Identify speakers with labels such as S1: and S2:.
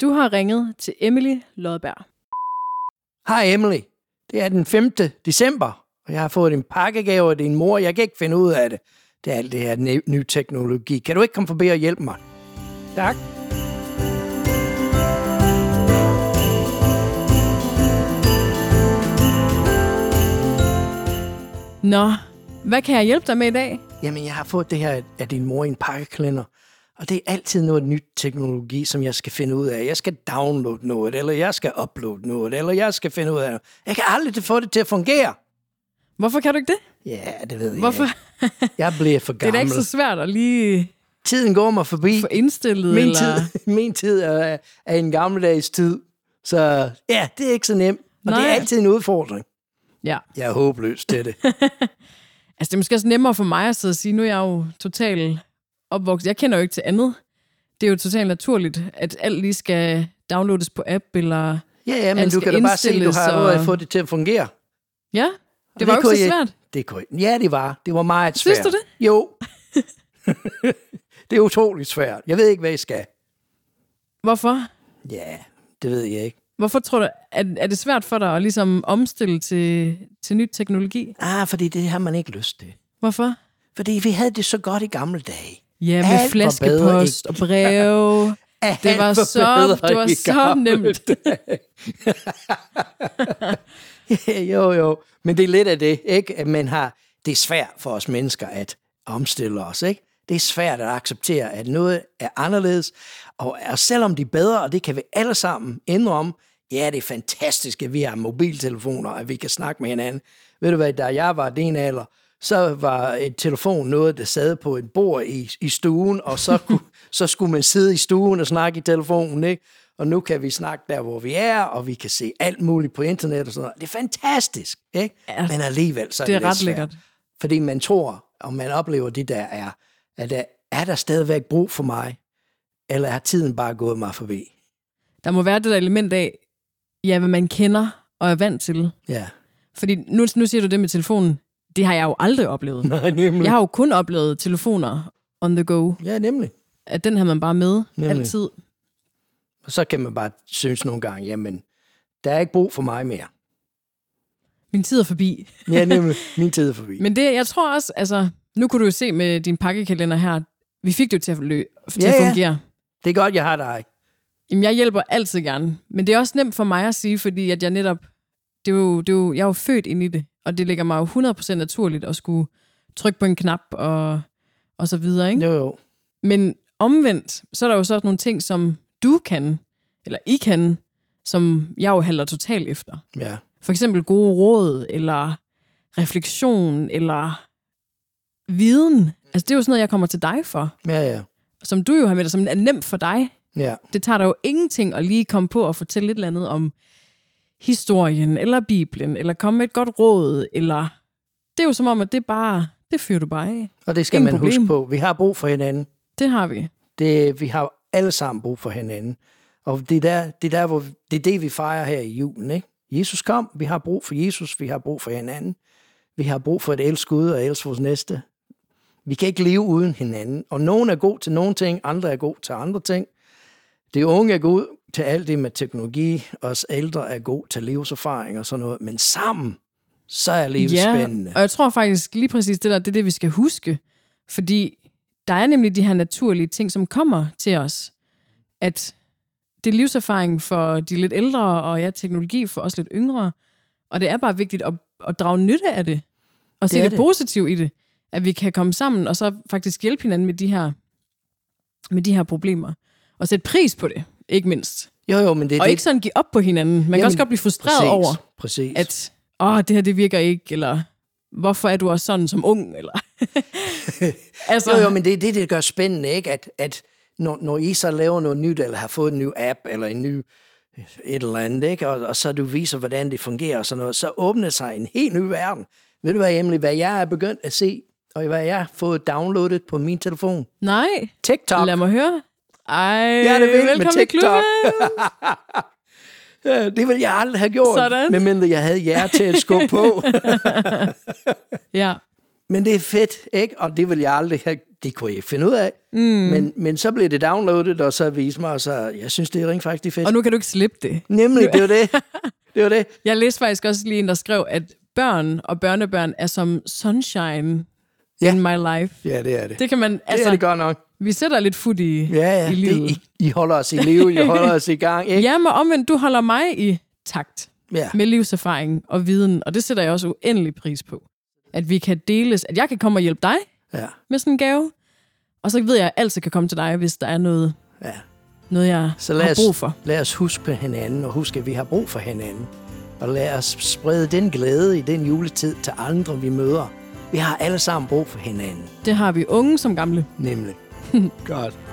S1: Du har ringet til Emily Lodberg.
S2: Hej Emily. Det er den 5. december, og jeg har fået en pakkegave af din mor. Jeg kan ikke finde ud af det. Det er alt det her ne- nye teknologi. Kan du ikke komme forbi og hjælpe mig? Tak.
S1: Nå, hvad kan jeg hjælpe dig med i dag?
S2: Jamen, jeg har fået det her af din mor i en pakkeklænder. Og det er altid noget nyt teknologi, som jeg skal finde ud af. Jeg skal downloade noget, eller jeg skal uploade noget, eller jeg skal finde ud af noget. Jeg kan aldrig få det til at fungere.
S1: Hvorfor kan du ikke det?
S2: Ja, det ved jeg
S1: Hvorfor?
S2: ikke. Jeg bliver for
S1: Det er
S2: gammel.
S1: da ikke så svært at lige
S2: Tiden går mig forbi.
S1: få indstillet.
S2: min,
S1: eller...
S2: tid, min tid er, er en gammeldags tid. Så ja, det er ikke så nemt. Og Nej. det er
S1: Nej.
S2: altid en udfordring.
S1: Ja.
S2: Jeg er håbløs til det.
S1: Altså, det er måske også nemmere for mig at sidde og sige, nu er jeg jo totalt opvokset. Jeg kender jo ikke til andet. Det er jo totalt naturligt, at alt lige skal downloades på app, eller...
S2: Ja, ja men
S1: Alt
S2: du
S1: skal
S2: kan da bare se, at du har
S1: indstilles,
S2: allerede
S1: og-
S2: fået det til at fungere.
S1: Ja,
S2: Og
S1: det var jo
S2: kunne
S1: ikke så
S2: jeg-
S1: svært.
S2: Det kunne jeg. Ja, det var. Det var meget svært.
S1: Synes du det?
S2: Jo. det er utroligt svært. Jeg ved ikke, hvad I skal.
S1: Hvorfor?
S2: Ja, det ved jeg ikke.
S1: Hvorfor tror du, at er det svært for dig at ligesom omstille til, til ny teknologi?
S2: Ah, fordi det har man ikke lyst til.
S1: Hvorfor?
S2: Fordi vi havde det så godt i gamle dage.
S1: Ja,
S2: Alt var
S1: med
S2: bedre
S1: flaskepost
S2: i-
S1: og breve.
S2: Alt
S1: Det var så,
S2: bedre
S1: det var
S2: i
S1: så
S2: gamle
S1: nemt.
S2: Ja, jo, jo. Men det er lidt af det, ikke? At man har, det er svært for os mennesker at omstille os, ikke? Det er svært at acceptere, at noget er anderledes. Og, og selvom de er bedre, og det kan vi alle sammen indrømme, ja, det er fantastisk, at vi har mobiltelefoner, at vi kan snakke med hinanden. Ved du hvad, da jeg var din alder, så var et telefon noget, der sad på et bord i, i stuen, og så, kunne, så skulle man sidde i stuen og snakke i telefonen, ikke? Og nu kan vi snakke der, hvor vi er, og vi kan se alt muligt på internet og sådan noget. Det er fantastisk, ikke?
S1: Ja,
S2: Men alligevel, så er
S1: Det
S2: det,
S1: er
S2: lidt
S1: ret
S2: svært.
S1: lækkert.
S2: Fordi man tror, og man oplever det, der er, at der, er der stadigvæk brug for mig, eller er tiden bare gået mig forbi?
S1: Der må være det der element af, ja, hvad man kender og er vant til.
S2: Ja.
S1: Fordi nu, nu siger du det med telefonen. Det har jeg jo aldrig oplevet.
S2: Nej, nemlig.
S1: Jeg har jo kun oplevet telefoner on the go.
S2: Ja, nemlig.
S1: At den har man bare med
S2: Nemlig.
S1: altid.
S2: Og så kan man bare synes nogle gange, jamen, der er ikke brug for mig mere.
S1: Min tid er forbi.
S2: Ja, nemlig. Min tid er forbi.
S1: Men det, jeg tror også, altså, nu kunne du jo se med din pakkekalender her, vi fik det jo til at, lø- til
S2: Ja,
S1: at
S2: ja.
S1: fungere.
S2: Det er godt, jeg har dig.
S1: Jamen, jeg hjælper altid gerne. Men det er også nemt for mig at sige, fordi at jeg netop... Det er jo, det er jo, jeg er jo født ind i det, og det ligger mig jo 100% naturligt at skulle trykke på en knap og, og så videre. Ikke?
S2: Jo, jo.
S1: Men omvendt, så er der jo så nogle ting, som du kan, eller I kan, som jeg jo halter totalt efter.
S2: Ja.
S1: For eksempel gode råd, eller refleksion, eller viden. Altså, det er jo sådan noget, jeg kommer til dig for,
S2: Ja, ja.
S1: som du jo har med dig, som er nemt for dig
S2: Ja,
S1: det tager dig jo ingenting at lige komme på og fortælle et eller andet om historien, eller Bibelen, eller komme med et godt råd, eller... Det er jo som om, at det bare... Det fyrer du bare af.
S2: og det skal
S1: Ingen
S2: man
S1: problem.
S2: huske på. Vi har brug for hinanden.
S1: Det har vi.
S2: Det, vi har alle sammen brug for hinanden. Og det er, der, det, er der, hvor, det er det, vi fejrer her i julen. Ikke? Jesus kom, vi har brug for Jesus, vi har brug for hinanden. Vi har brug for at elske Gud og elske vores næste. Vi kan ikke leve uden hinanden. Og nogen er god til nogle ting, andre er god til andre ting. Det unge er god til alt det med teknologi. Os ældre er god til livserfaring og sådan noget. Men sammen, så er livet spændende.
S1: og jeg tror faktisk lige præcis det der, det er det, vi skal huske. Fordi der er nemlig de her naturlige ting, som kommer til os. At det er livserfaring for de lidt ældre, og ja, teknologi for os lidt yngre. Og det er bare vigtigt at, at drage nytte af det. Og se
S2: Det er
S1: det, det
S2: det.
S1: positive i det. At vi kan komme sammen, og så faktisk hjælpe hinanden med de her, med de her problemer. Og sætte pris på det, ikke mindst.
S2: Jo, jo, men det er
S1: Og
S2: det.
S1: ikke sådan give op på hinanden. Man Jamen, kan
S2: Jamen,
S1: også godt blive frustreret
S2: præcis,
S1: over,
S2: Præcis.
S1: at åh, det her det virker ikke, eller hvorfor er du også sådan som ung, eller... altså,
S2: Jo, jo, men det er det, det gør spændende, ikke? At, at når, når I så laver noget nyt, eller har fået en ny app, eller en ny et eller andet, ikke? Og, og så du viser, hvordan det fungerer og sådan noget, så åbner sig en helt ny verden. Ved du hvad, Emily, hvad jeg er begyndt at se, og hvad jeg har fået downloadet på min telefon?
S1: nej,
S2: TikTok.
S1: lad mig høre. Ej,
S2: er det vildt med
S1: velkommen i
S2: TikTok.
S1: klubben.
S2: Ja, Det ville jeg aldrig have gjort,
S1: Sådan.
S2: medmindre jeg havde jer til at skubbe på.
S1: ja,
S2: Men det er fedt, ikke? Og det vil jeg aldrig have, det kunne jeg ikke finde ud af. Mm. Men, men så blev det downloadet, og så viste mig, og så, jeg synes, det er rent faktisk fedt.
S1: Og nu kan du ikke slippe det.
S2: Nemlig, det var det. Det var det.
S1: Jeg læste faktisk også lige en, der skrev, at børn og børnebørn er som sunshine
S2: Ja.
S1: in my life.
S2: Ja, det er det. Det,
S1: Det kan man,
S2: altså,
S1: altså,
S2: det er det godt nok.
S1: vi sætter lidt fod i,
S2: Ja, ja.
S1: i livet.
S2: Det, I, I holder os i live, I holder os i gang, ikke?
S1: Ja, men omvendt, du holder mig i takt
S2: Ja.
S1: med livserfaring og viden, og det sætter jeg også uendelig pris på. At vi kan deles, at jeg kan komme og hjælpe dig
S2: ja.
S1: med sådan en gave, og så ved jeg, at jeg altid kan komme til dig, hvis der er noget,
S2: Ja.
S1: noget jeg
S2: Så lad
S1: har
S2: os,
S1: brug for.
S2: lad os huske på hinanden, og huske, at vi har brug for hinanden. Og lad os sprede den glæde i den juletid til andre, vi møder. Vi har alle sammen brug for hinanden,
S1: Det har vi unge som gamle.
S2: nemlig. Godt.